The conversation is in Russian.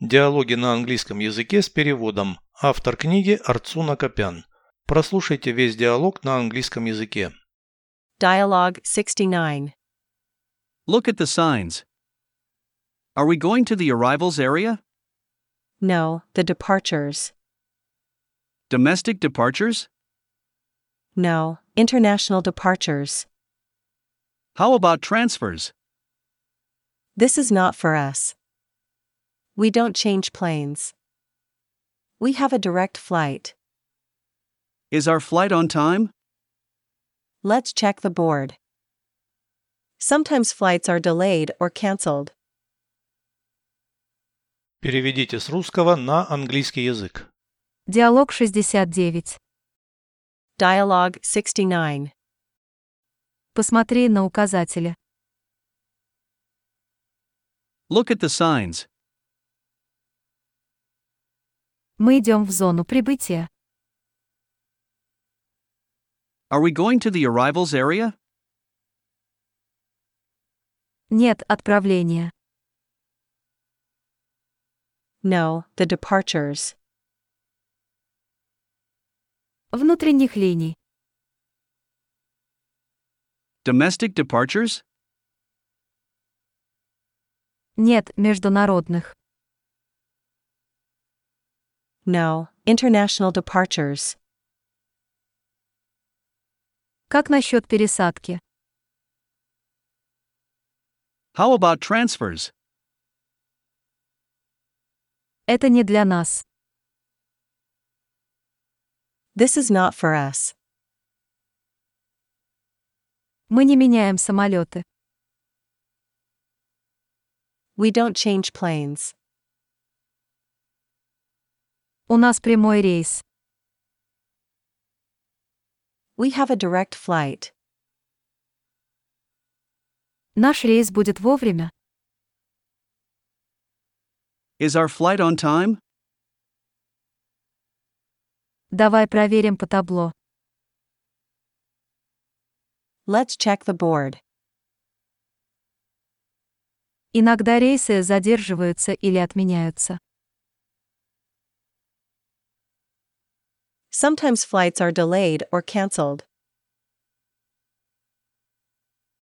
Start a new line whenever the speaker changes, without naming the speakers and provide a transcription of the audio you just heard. Диалоги на английском языке с переводом. Автор книги Арцуна Копян. Прослушайте весь диалог на английском языке.
Dialogue 69.
Look at the signs. Are we going to the arrivals area?
No, the departures.
Domestic departures?
No, international departures.
How about transfers?
This is not for us. We don't change planes. We have a direct flight.
Is our flight on time?
Let's check the board. Sometimes flights are delayed or cancelled.
Переведите с русского на английский язык.
Диалог 69.
Dialogue 69.
Посмотри на указатели.
Look at the signs.
Мы идем в зону прибытия.
Are we going to the arrivals area?
Нет отправления.
No, the departures.
Внутренних линий.
Domestic departures?
Нет международных.
No, international departures.
Как насчет пересадки?
How about transfers?
Это не для нас.
This is not for us.
Мы не меняем самолеты.
We don't change planes.
У нас прямой рейс.
We have a direct flight.
Наш рейс будет вовремя.
Is our flight on time?
Давай проверим по табло.
Let's check the board.
Иногда рейсы задерживаются или отменяются.
Sometimes flights are delayed or cancelled.